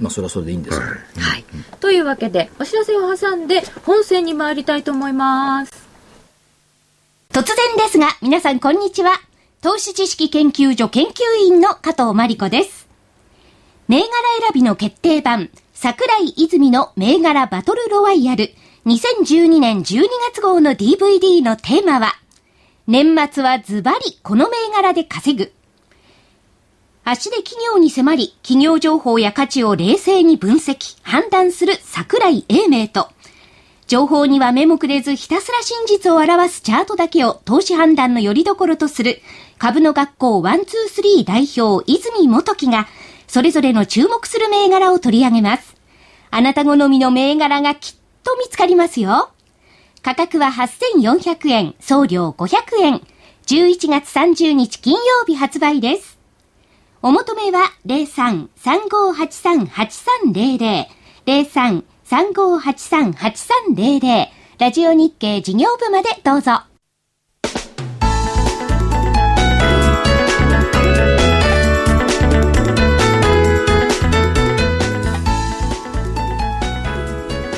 B: まあそれはそれでいいんですけど。
A: はいというわけでお知らせを挟んで本線に参りたいと思います
F: 突然ですが、皆さんこんにちは。投資知識研究所研究員の加藤真理子です。銘柄選びの決定版、桜井泉の銘柄バトルロワイヤル、2012年12月号の DVD のテーマは、年末はズバリこの銘柄で稼ぐ。足で企業に迫り、企業情報や価値を冷静に分析、判断する桜井英明と、情報には目もくれずひたすら真実を表すチャートだけを投資判断のよりどころとする株の学校123代表泉元樹がそれぞれの注目する銘柄を取り上げます。あなた好みの銘柄がきっと見つかりますよ。価格は8400円、送料500円。11月30日金曜日発売です。お求めは03-3583-8300、03-3583-8300、ラジオ日経事業部までどうぞ。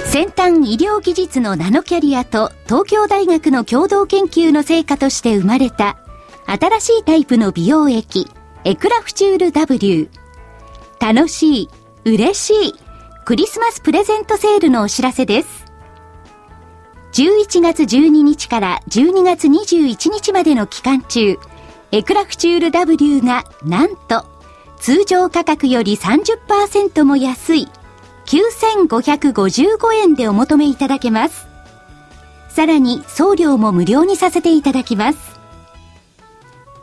F: 先端医療技術のナノキャリアと東京大学の共同研究の成果として生まれた新しいタイプの美容液エクラフチュール W 楽しい嬉しいクリスマスプレゼントセールのお知らせです11月12日から12月21日までの期間中エクラフチュール W がなんと通常価格より30%も安い9555円でお求めいただけます。さらに送料も無料にさせていただきます。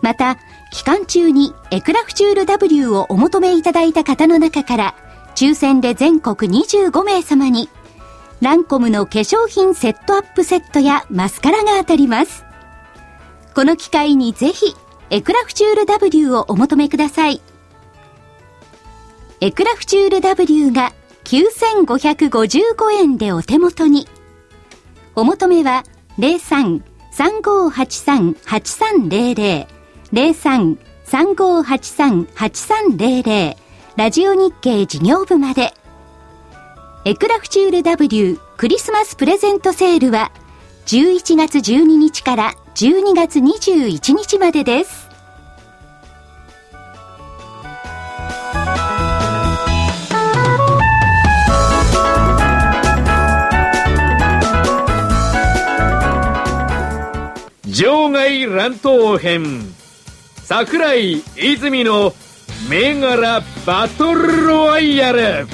F: また、期間中にエクラフチュール W をお求めいただいた方の中から、抽選で全国25名様に、ランコムの化粧品セットアップセットやマスカラが当たります。この機会にぜひ、エクラフチュール W をお求めください。エクラフチュール W が9555円でお手元に。お求めは03-3583-8300、03-3583-8300、ラジオ日経事業部まで。エクラフチュール W クリスマスプレゼントセールは11月12日から12月21日までです。
G: 場外乱闘編桜井泉の銘柄バトルロワイヤル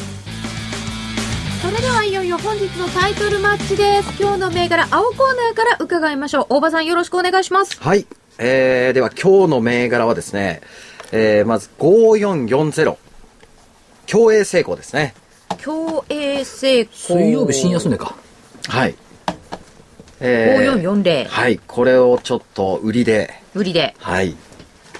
A: それではいよいよ本日のタイトルマッチです。今日の銘柄、青コーナーから伺いましょう。大場さんよろしくお願いします。
D: はい。えー、では今日の銘柄はですね、えー、まず5440。競泳成功ですね。
A: 競泳成功。
B: 水曜日深夜すねか。
D: はい。えー
A: 5440。
D: はい。これをちょっと売りで、
A: 売りで。
D: はい。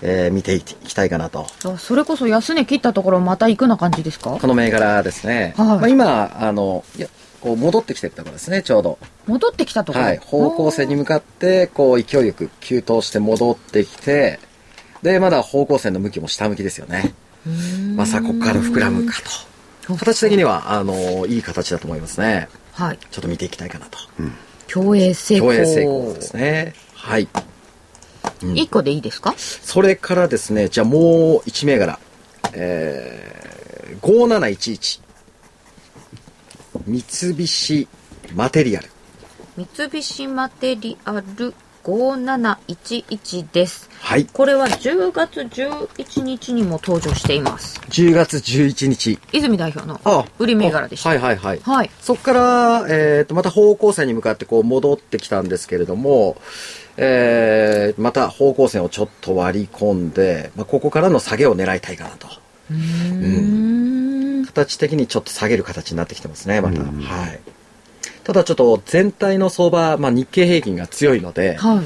D: えー、見ていきたいかなと。
A: あそれこそ安値切ったところまた行くな感じですか
D: この銘柄ですね。
A: はい
D: まあ、今、あの、いやこう戻ってきてるところですね、ちょうど。
A: 戻ってきたところ。
D: はい。方向性に向かって、こう、勢いよく急騰して戻ってきて、で、まだ方向性の向きも下向きですよね。まあ、さあ、ここから膨らむかと。形的には、あの、いい形だと思いますね。
A: はい。
D: ちょっと見ていきたいかなと。
A: 競泳成功。
D: 競泳成功ですね。はい。
A: 一個でいいですか
D: それからですね、じゃあもう1銘柄。えー、5711。三菱マテリアル。
A: 三菱マテリアル5711です。
D: はい。
A: これは10月11日にも登場しています。
D: 10月11日。
A: 泉代表の
D: あ
A: 売り銘柄でした。
D: はいはいはい。
A: はい。
D: そこから、えー、とまた方向線に向かってこう戻ってきたんですけれども、えーまた方向線をちょっと割り込んで、まあ、ここからの下げを狙いたいかなと、うん形的にちょっと下げる形になってきてますねまた、はい、ただちょっと全体の相場、まあ、日経平均が強いので、
A: はい。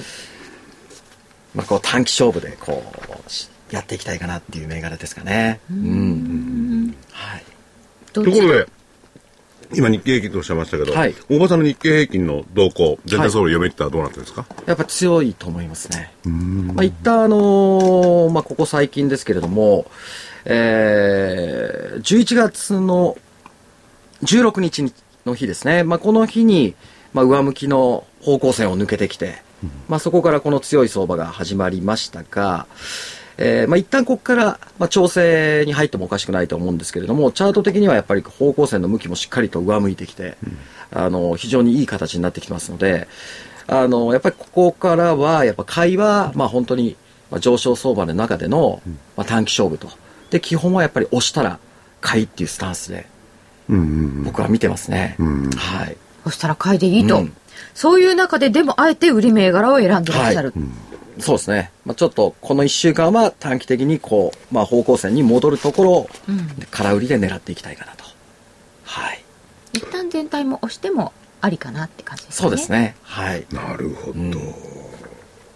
D: まあ、こう短期勝負でこうしやっていきたいかなっていう銘柄ですかねうんはい
A: どっ
C: と
A: ち
C: ころで、今日経平均とおっしゃいましたけど、
D: はい
C: 大場さんの日経平均の動向、全体総量読み切ったらどうなってるんですか、
D: やっぱ強いと思いますね。まあ、一旦、あのーまあ、ここ最近ですけれども、えー、11月の16日の日ですね、まあ、この日に、まあ、上向きの方向線を抜けてきて、まあ、そこからこの強い相場が始まりましたが、えーまあ、一旦ここから、まあ、調整に入ってもおかしくないと思うんですけれども、チャート的にはやっぱり方向線の向きもしっかりと上向いてきて、あの非常にいい形になってきてますので、あのやっぱりここからは、やっぱ買いは、まあ、本当にまあ上昇相場の中での、まあ、短期勝負と、で基本はやっぱり押したら買いっていうスタンスで、僕は見てますね。はい
A: そしたら買いでいいと、
D: うん
A: そういう中ででもあえて売り銘柄を選んでらっしゃる、
D: そうですね、まあ、ちょっとこの1週間は短期的にこう、まあ、方向線に戻るところを空売りで狙っていきたいかなと、はい、
A: 一旦全体も押してもありかなって感じですね
D: そうですね、はい、
C: なるほど。
D: うん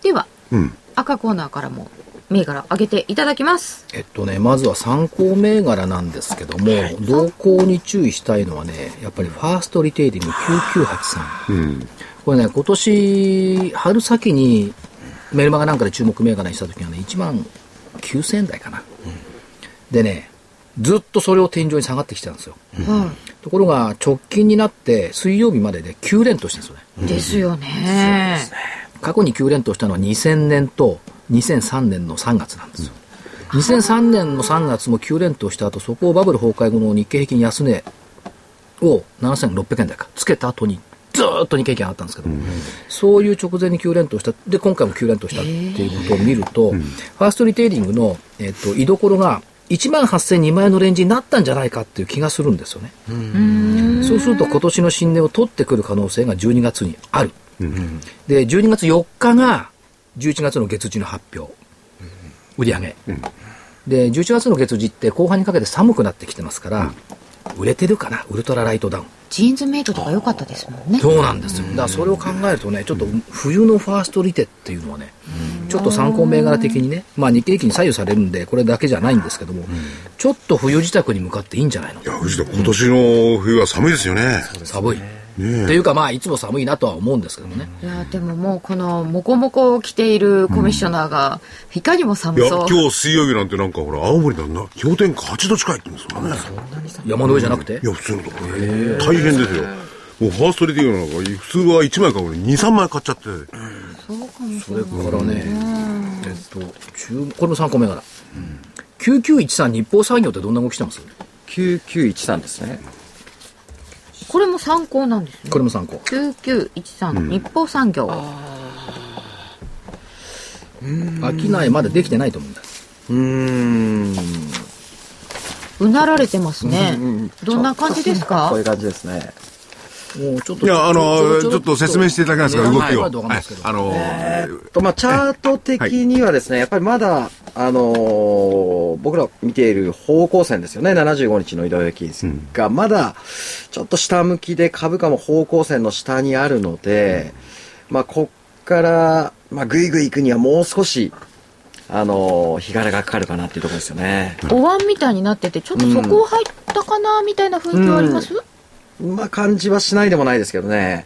A: では
C: うん。
A: 赤コーナーからも銘柄上げていただきます
B: えっとね、まずは参考銘柄なんですけども、動向に注意したいのはね、やっぱりファーストリテイリング9983。
C: うん。
B: これね、今年、春先にメルマガなんかで注目銘柄にした時はね、1万9000円台かな。でね、ずっとそれを天井に下がってきてたんですよ。ところが、直近になって、水曜日までで9連投してるんですよね。
A: ですよね
B: 過去に9連投したのは2000年と2003年の3月なんですよ。2003年の3月も9連投した後、そこをバブル崩壊後の日経平均安値を7600円台か、つけた後にずーっと日経平均上がったんですけど、そういう直前に9連投した、で、今回も9連投したっていうことを見ると、ファーストリテイリングの、えっと、居所が1万8000、2万円のレンジになったんじゃないかっていう気がするんですよね。そうすると今年の新年を取ってくる可能性が12月にある。で、12月4日が11月の月次の発表、売り上げ。で、11月の月次って後半にかけて寒くなってきてますから、売れてるかな、ウルトラライトダウン。
A: ジーンズメイトとか良かったですもんね
B: そうなんですよ。だからそれを考えるとね、ちょっと冬のファーストリテっていうのはね、ちょっと参考銘柄的にね、まあ日経平均に左右されるんで、これだけじゃないんですけども、ちょっと冬支度に向かっていいんじゃないの
C: いや、藤田、今年の冬は寒いですよね。
B: 寒い。
C: ね
B: っていうかまあいつも寒いなとは思うんですけどもね。
A: いやでももうこのモコモコを着ているコミッショナーがいかにも寒
C: いや、
A: そう、
C: 今日水曜日なんてなんかほら、青森なんだ、氷点下8度近いって言うんですからね。
B: 山の上じゃなくて
C: いや、普通のところね大変ですよ。もうファーストリテイリングなんか、普通は1枚買うのに2、3枚買っちゃって。
B: それからね、えっと、注これも参考銘柄。9913日報産業ってどんな動きしてます
D: 9913ですね、
A: これも参考なんですね
B: これも参考。
A: 9913、日報産業
B: 商いまだできてないと思うんだ。
D: うーん、
A: うなられてますね、どんな感じですか
D: そういう感じですね、
B: もうちょっと。
C: いや、あ
B: ち
C: の、ち
B: ょ
C: ょ
B: ろ
C: っと説明していただけますか、動
B: はい
C: きを。
B: わかんないですけど
C: あの、
D: とまあ、チャート的にはですね、やっぱりまだ、あのー僕ら見ている方向線ですよね、75日の移動平均線が、まだちょっと下向きで株価も方向線の下にあるので、まあ、こっから、まあ、ぐいぐい行くにはもう少し、あのー日柄がかかるかなっていうところですよね。
A: お椀みたいになっててちょっとそこ入ったかなみたいな雰囲気はあります、
D: まあ、感じはしないでもないですけどね。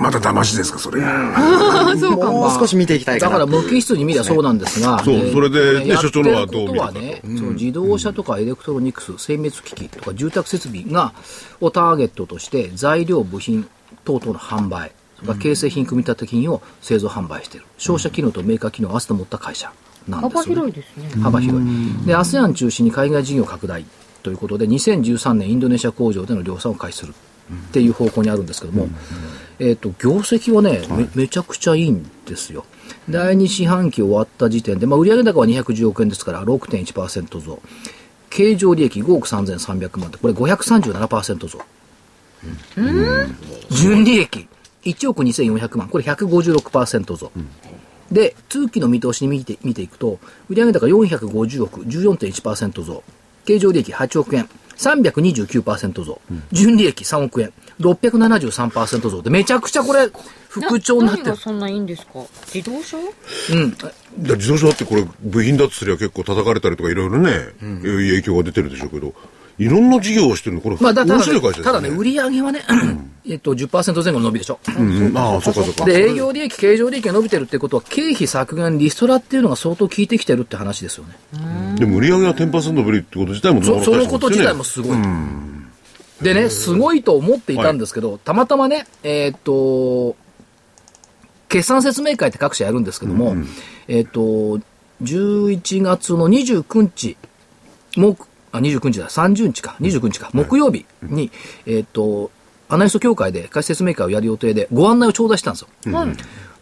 C: まだ騙しですか、それ。
D: もう少し見ていきたいか
B: だ
D: な
B: から無機質に見りゃそうなんですが、
C: そう
B: えー
C: それでね
B: やって
C: 所
B: る
C: 長のはどう見るか
B: ことはね、その自動車とかエレクトロニクス、精密機器とか住宅設備が、をターゲットとして、材料、部品等々の販売、それから形成品、組み立て品を製造販売している、商社機能とメーカー機能を合わせて持った会社なんですよ、ね。
A: 幅広いですね
B: 幅広い。で、ASEAN 中心に海外事業拡大ということで、2013年インドネシア工場での量産を開始するっていう方向にあるんですけども、えっと、業績はね、め、めちゃくちゃいいんですよ。第2四半期終わった時点で、まあ、売上高は210億円ですから、6.1%増。経常利益5億3300万で、これ537%増。純利益1億2400万、これ156%増。で、通期の見通しに見て見ていくと、売上高450億、14.1%増、経常利益8億円、329%増、純利益3億円、673%増で、めちゃくちゃこれ、復調になって
A: 何
B: る
A: が。そんないいんですか自動車
B: うん。
C: だから自動車だってこれ部品だとすりゃ結構叩かれたりとかいろいろね、いう影響が出てるでしょうけどいろんな事業をしてるのこれ、
B: まあ、だた
C: 面
B: だ
C: 白い
B: ね
C: 会社ですね
B: ただね、売上はね、えっと、10%前後の伸びでしょ。
C: うんうんああそっかそっか
B: で、営業利益、経常利益が伸びてるってことは、経費削減、リストラっていうのが相当効いてきてるって話ですよね。
C: でも売り上げが10%伸びるってこと自体も
B: そそのこと自体
C: も
B: もすごい。でね、すごいと思っていたんですけど、たまたまね、えーっと、決算説明会って各社やるんですけども、えーっと、11月の29日、木、あ、29日だ、30日か、29日か、木曜日に、えーっと、アナリスト協会で会社説明会をやる予定で、ご案内を頂戴したんですよ。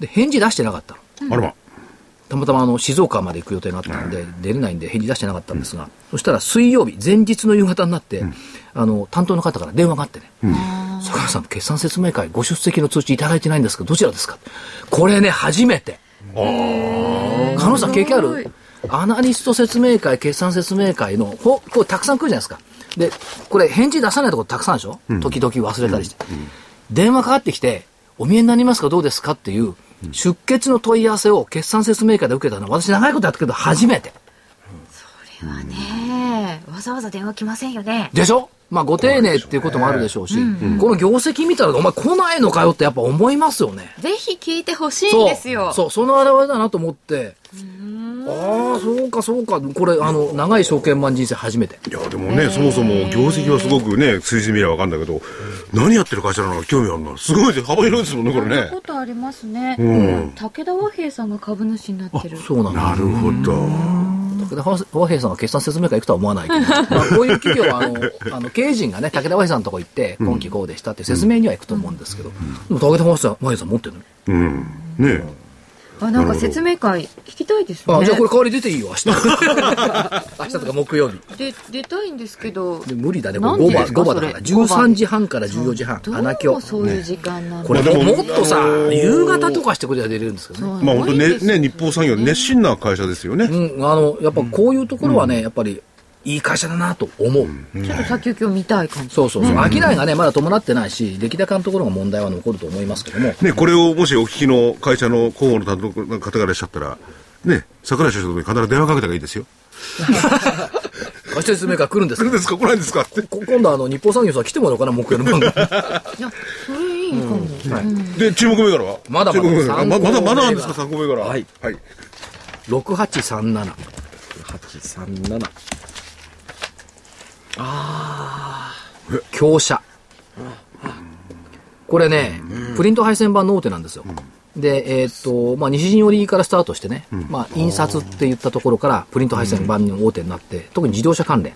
B: で、返事出してなかったの。
C: あらま
B: たまたまあの静岡まで行く予定があったので、出れないんで返事出してなかったんですが、そしたら水曜日、前日の夕方になって、あの担当の方から電話があってね、坂原さん、決算説明会ご出席の通知いただいてないんですけど、どちらですかこれね、初めて。加納さん、経験あるアナリスト説明会、決算説明会の、ほこうたくさん来るじゃないですか。で、これ、返事出さないところたくさんでしょ、時々忘れたりして。電話かかってきて、お見えになりますか、どうですかっていう、出欠の問い合わせを決算説明会で受けたのは、私、長いことやったけど、初めて。
A: ねえわざわざ電話来ませんよね。
B: でしょまあ、ご丁寧っていうこともあるでしょうし、この業績見たら、お前来ないのかよってやっぱ思いますよね。
E: ぜひ聞いてほしいんですよ。
B: そう、そうその表れだなと思って。ああ、そうか、そうか。これ、あの、長い証券マン人生初めて。
C: いや、でもね、そもそも業績はすごくね、数字見りゃわかんだけど、何やってる会社なのか興味あるな。すごいね幅広いですもんね、これ
A: そんなこ
C: ね。
A: とありますね。
C: うん
A: 武田和平さんが株主になってる。
B: そうなんだ。
C: なるほど。
B: 武田和平さんは決算説明会行くとは思わないけど、まあ、こういう企業はあのあの経営陣がね、武田和平さんのとこ行って、今期こうでしたって説明には行くと思うんですけど、でも武田和平さん和平さん持ってるのよ
C: うん。ね
A: あ、なんか説明会聞きたいですね。
B: あじゃあこれ代わり出ていいよ、明日。明日とか木曜日。
A: で出たいんですけど。
B: で無理だね、
A: な
B: こ
A: ん
B: れ5
A: でで
B: 番、
A: す
B: 5
A: か
B: 番だから、
A: それ
B: 13時半から14時半、
A: ど
B: 穴
A: う
B: 京
A: も。そういう時間なの。
B: これも
C: まあでも
B: もっとさ、
C: あのー
B: 夕方とかしてくれたら出れるんですけどね。
C: え。まあ本当ね、ね、日報産業熱心な会社ですよね。
B: うん、あのやっぱこういうところはね、やっぱりいい会社だなと思う、
A: ちょっと先行きを見たい感じ。
B: そうそうそう、商いがね、まだ伴ってないし、出来高のところが問題は残ると思いますけども、
C: ね、これをもしお聞きの会社の候補の担当の方がいらっしゃったら、ね、桜井社長のとこに必ず電話かけたらいいですよ。
B: 貸し説明会来るんです
C: 来
B: け
C: るん
B: ど
C: ですか来ないんですかって。
B: こ今度あの、日本産業さん来てもらおうかな、木曜の番 組、
A: いや、それいいかも。
C: で、注目銘柄は
B: まだまだ
C: 注目銘柄あま
B: 参考
C: ま
B: 銘柄
C: だ、まだなんですか参考銘柄。
D: はい。
C: はい。
B: 6837、
D: 837
B: 強者、これね、プリント配線版の大手なんですよ。で、えーっと、まあ、西陣織からスタートしてね、まあ、印刷って言ったところから、プリント配線版の大手になって、特に自動車関連、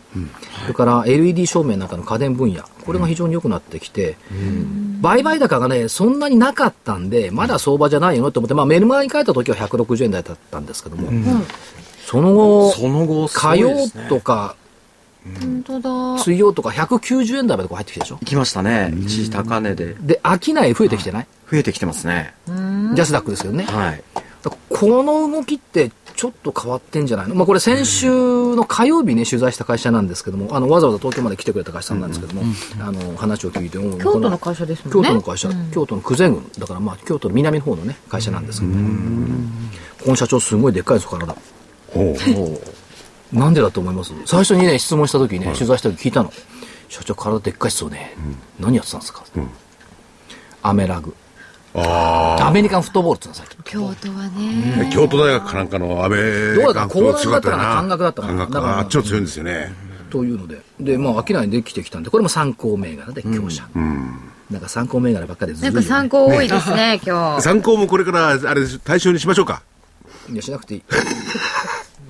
B: それから LED 照明なんかの家電分野、これが非常に良くなってきて、売買高がね、そんなになかったんで、まだ相場じゃないよなと思って、まあ、メルマガに書いた時は160円台だったんですけども、その後、
D: その後すご
B: 火
D: い
B: 曜
D: ですね
B: とか
A: 本当だ。
B: 水曜とか190円台までこう入ってきたでしょ。
D: 行きましたね一時高値で
B: で、商い増えてきてない、
D: 増えてきてますね
B: ジャスダックですけどね。
D: はい
B: この動きってちょっと変わってんじゃないの、まあ、これ先週の火曜日ね取材した会社なんですけどもあのわざわざ東京まで来てくれた会社さんなんですけども、あの話を聞いてもう
A: 京都の
B: こ
A: 会社ですも
B: 京
A: んね。
B: 都の会社、京都の久世郡だからまあ京都の南の方のね会社なんですけどもこの社長すごいでっかいですよ体
C: ほう。
B: なんでだと思います最初にね質問した時ね、取材した時聞いたの社長体でっかいっすよね、何やってたんですか、
C: ん
B: アメラグ
C: あ
B: アメリカンフットボールって言うの最
E: 京
B: 近
E: 都は
C: あ。
E: ね。
C: 京都大学かなんかの安倍
B: どうだった
C: 学校強かっ
B: 工大だっ
C: たな。
B: たかな漢学だったかな
C: 漢学
B: だから
C: あっちは強いんですよね。
B: というので、で、まあ、商いできてきたんで、これも参考銘柄で、強者。なんか参考銘柄ばっかりでずる
A: ないん
B: よ
A: か
B: ね、
A: 参考多いですね、今日。
C: 参考もこれから、あれです、対象にしましょうか。
B: いや、しなくていい。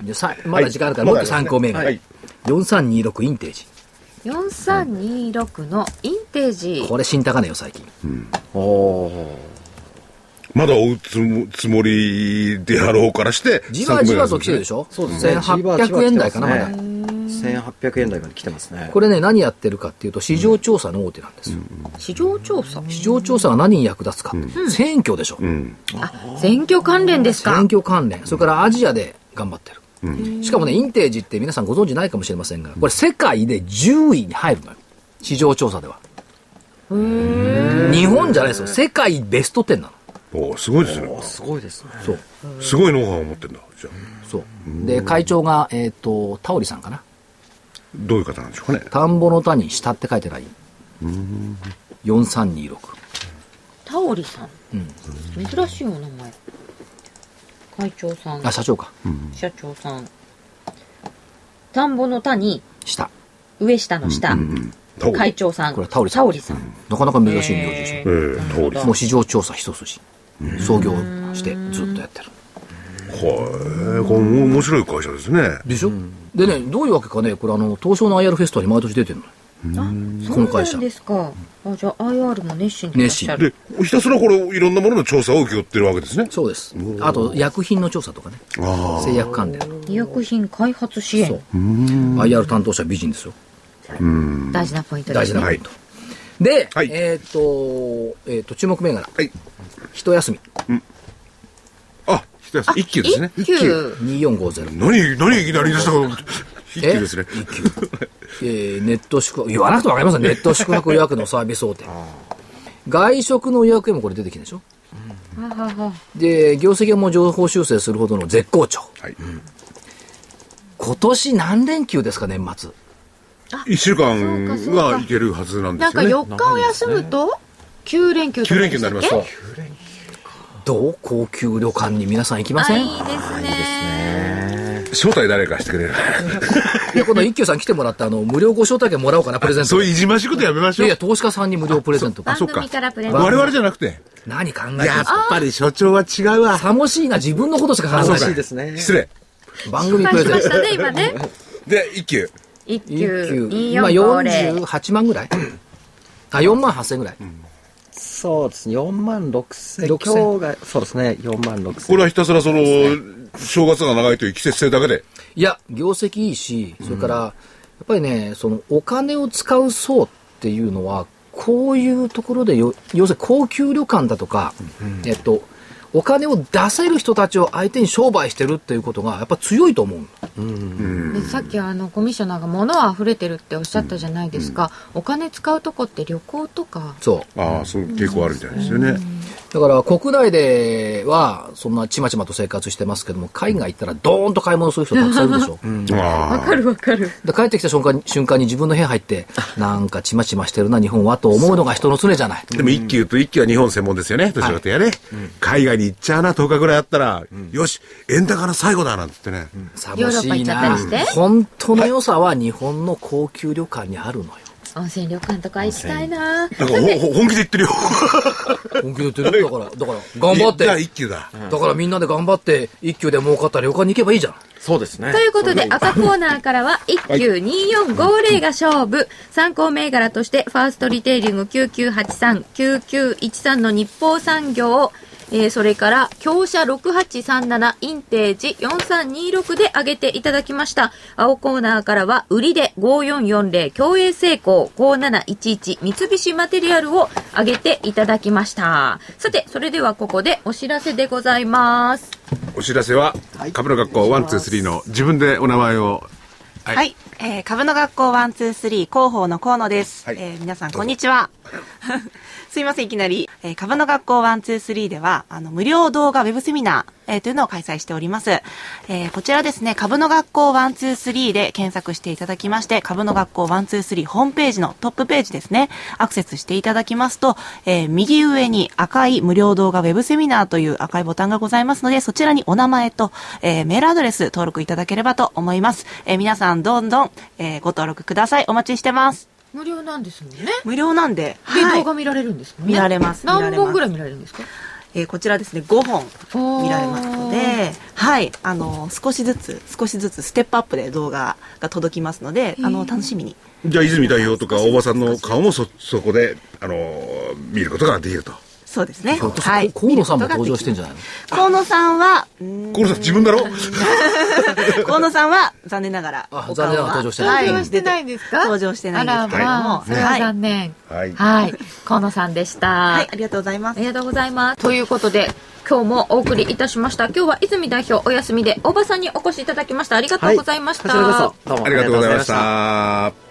B: いやさまだ時間あるから、もっと参考銘柄。
C: はい
B: 4326インテージ。
A: 4326のインテージ。
B: これ新高値よ、最近。
D: おお
C: まだ追うつもつもりであろうからして、
B: じわじわと来てるでし
C: ょ
B: ょ
D: そうですね
B: 1800円台かな、まだ。
D: 1800円台まで来てますね
B: これね、何やってるかっていうと、市場調査の大手なんですよ。
A: 市場調査。
B: 市場調査が何に役立つか。選挙でしょ。
A: 選挙関連です
B: 選
A: か。
B: 挙関連、それからアジアで頑張ってる。しかもね、インテージって皆さんご存知ないかもしれませんが、これ世界で10位に入るのよ。市場調査では。日本じゃないですよ。世界ベスト10なの。
C: おーすごいですね。
D: すごいですね
B: そう。
C: すごいノウハウを持ってんだ。じゃあ、
B: そう。で、会長が、えっ、と、タオリさんかな。
C: どういう方なんでしょうかね。
B: 田んぼの田に下って書いてない。4326。
A: タオリさん。珍しいお名前。会長さん
B: あ、、社長か。
A: 社長さん。田んぼの田に、
B: 下。
A: 上下の下。
C: タオル。
A: 会長さん。
B: これタオリさん
A: ん。
B: なかなか珍しい名字でしょ。
C: えー、タオル。
B: もう市場調査一筋。創業してずっとやってる。
C: はい。これも面白い会社ですね。
B: でしょ、でね、どういうわけかね、これあの、東証の IR フェストに毎年出てるの。
A: そ
B: この
A: う
B: 会
A: な
B: 社
A: んですか。あ、じゃあ IR も熱心でいらっしゃる。
C: で、ひたすらこれ、いろんなものの調査を請け負ってるわけですね。
B: そうです。あと、薬品の調査とかね。
C: あ
B: 製薬関連。
A: 医薬品開発支援。
B: IR 担当者美人ですよ。
A: 大事なポイントで
B: 大事
A: す
B: な
A: ね。
B: ポイント。で、
C: はい
B: えーっ、と、えーっ、と、注目銘柄、
C: はい。
B: 一休み、
C: あ、ひとやさん一級ですね。
A: 一級。
B: 2450。
C: 何、何いきなり出したか。一級ですね。
B: えーネット宿泊、言わなくてもわかりますよ。ネット宿泊予約のサービス大手。外食の予約もこれ出てきてるでしょで、業績はもう情報修正するほどの絶好調。
C: はい。
B: 今年何連休ですか、年末。
C: 一週間はいけるはずなんで
E: なん
C: す
E: か
C: よ
E: 4
C: ね。
E: 日を休むと、9連休と
C: 九
E: か
C: 連
E: で
C: 休に
E: し
C: な
E: た
C: り
E: っ
C: ま
E: け
C: すか。
B: どう高級旅館に皆さん行きま
A: あ
B: せん
A: いいですね。
C: 招待誰かしてくれる。
B: いや、この一休さん来てもらったあの、無料ご招待券もらおうかな、プレゼント。
C: そういう
B: い
C: いじましいことやめましょ
B: やいうや、。投資家さんに無料プレゼントか
C: あ、。そっ
A: 番
C: か
A: 組。からプレゼン
C: 我
A: ト。
C: 々じゃなくて。
B: 何考えて
C: や
B: る
C: っぱり所長は違うわ。
B: 寂しいな、自分のことしか考え
D: そう
B: な
D: か
B: い。
D: ですね
C: 失礼。
B: 番組
A: 失
B: プレ
A: 敗し
B: ゼ
A: ま
B: ン
A: し
B: ト。
A: たね、今ね。
C: で、一級。
A: 一
B: 一
A: 級
B: 級、
A: 2450。
B: 今48万ぐらいあ、4万8千ぐらい。
D: そうですね、4万6千、今
B: 6000
D: 日が、そうですね、4万
C: こ
D: 6千。
C: れはひたすらその、正月が長いという季節性だけで。
B: いや、業績いいし、それから、やっぱりね、その、お金を使う層っていうのは、こういうところでよ、要するに高級旅館だとか、えっと、お金を出せる人たちを相手に商売してるっていうことが、やっぱ強いと思うの。
E: でさっきあのコミッショナーが物は溢れてるっておっしゃったじゃないですか、お金使うとこって旅行とか
B: そう。
C: ああ、そういう傾向あるみたいですよね。
B: だから国内ではそんなちまちまと生活してますけども海外行ったらドーンと買い物する人たくさんいるでしょ、
C: わかるわ。
B: で帰ってきた瞬間に瞬間に自分の部屋入ってなんかちまちましてるな日本はと思うのが人の常じゃない
C: でも一級と一級は日本専門ですよね。どちらかとやね。海外に行っちゃうな、10日ぐらいあったら、よし、円高の最後だなんて言ってね。
B: 寂しい
A: ヨーロッパ行
B: な
A: っちゃったりして
B: 本当の良さは日本の高級旅館にあるのよ
A: 温泉旅館とか行きたいな。
C: なんかほほ本気で言ってるよ。
B: 本気で言ってるだからだから頑張っ
C: じゃあ
B: て
C: 一級だ。
B: だからみんなで頑張って一級で儲かったら旅館に行けばいいじゃん
D: そうですね
A: ということで、赤コーナーからは、1級2450が勝負。参考銘柄として、ファーストリテイリング9983、9913の日報産業、えー、それから、強者6837、インテージ4326で上げていただきました。青コーナーからは、売りで5440、競営成功5711、三菱マテリアルを上げていただきました。さて、それではここでお知らせでございます。
C: お知らせは、株の学校123の自分でお名前を。はい
H: はい、えー株の学校ワンツースリー広報の河野です。
C: はい
H: えー皆さんこんにちは。すいませんいきなり、えー株の学校ワンツースリーではあの無料動画ウェブセミナー、えーというのを開催しております。えーこちらですね株の学校ワンツースリーで検索していただきまして株の学校ワンツースリーホームページのトップページですねアクセスしていただきますと、えー右上に赤い無料動画ウェブセミナーという赤いボタンがございますのでそちらにお名前と、えーメールアドレス登録いただければと思います。えー皆さんどんどん、えーご登録ください。お待ちしてます。
E: 無料なんですもんね
H: 無料なんで。
E: で、
H: はい
E: 動画見られるんですもんね
H: 見られます見られます
E: 何本ぐらい見られるんですか
H: えーこちらですね5
E: おー
H: 本見られますので、はい、あの少しずつ少しずつステップアップで動画が届きますのであの楽しみに
C: じゃあ、泉代表とか大場さんの顔もそ、そこで、あのー、見ることができると。
H: そうですね、
B: ひょっとして
H: はい、
B: 河野さんも登場してんじゃないの
H: 河野さんは うーん
C: 河野さん、自分だ ろ
H: 河野さんは残念ながら
B: あ
H: お顔
B: 残念ながら
H: は
B: 登場してない
H: は
E: 登場してないん
H: 出て
E: ですか
H: 登場してないんですけれども
E: あらまあそれは残念
C: はい
E: はい、河野さんでした、
H: はい、ありがとうございま
A: あ
H: す
A: りがとうございます。ということで、今日もお送りいたしました。今日は泉代表お休みで、大場さんにお越しいただきました。ありがとうございました。
D: はいこちらこそ、どうも
C: ありがとうございました。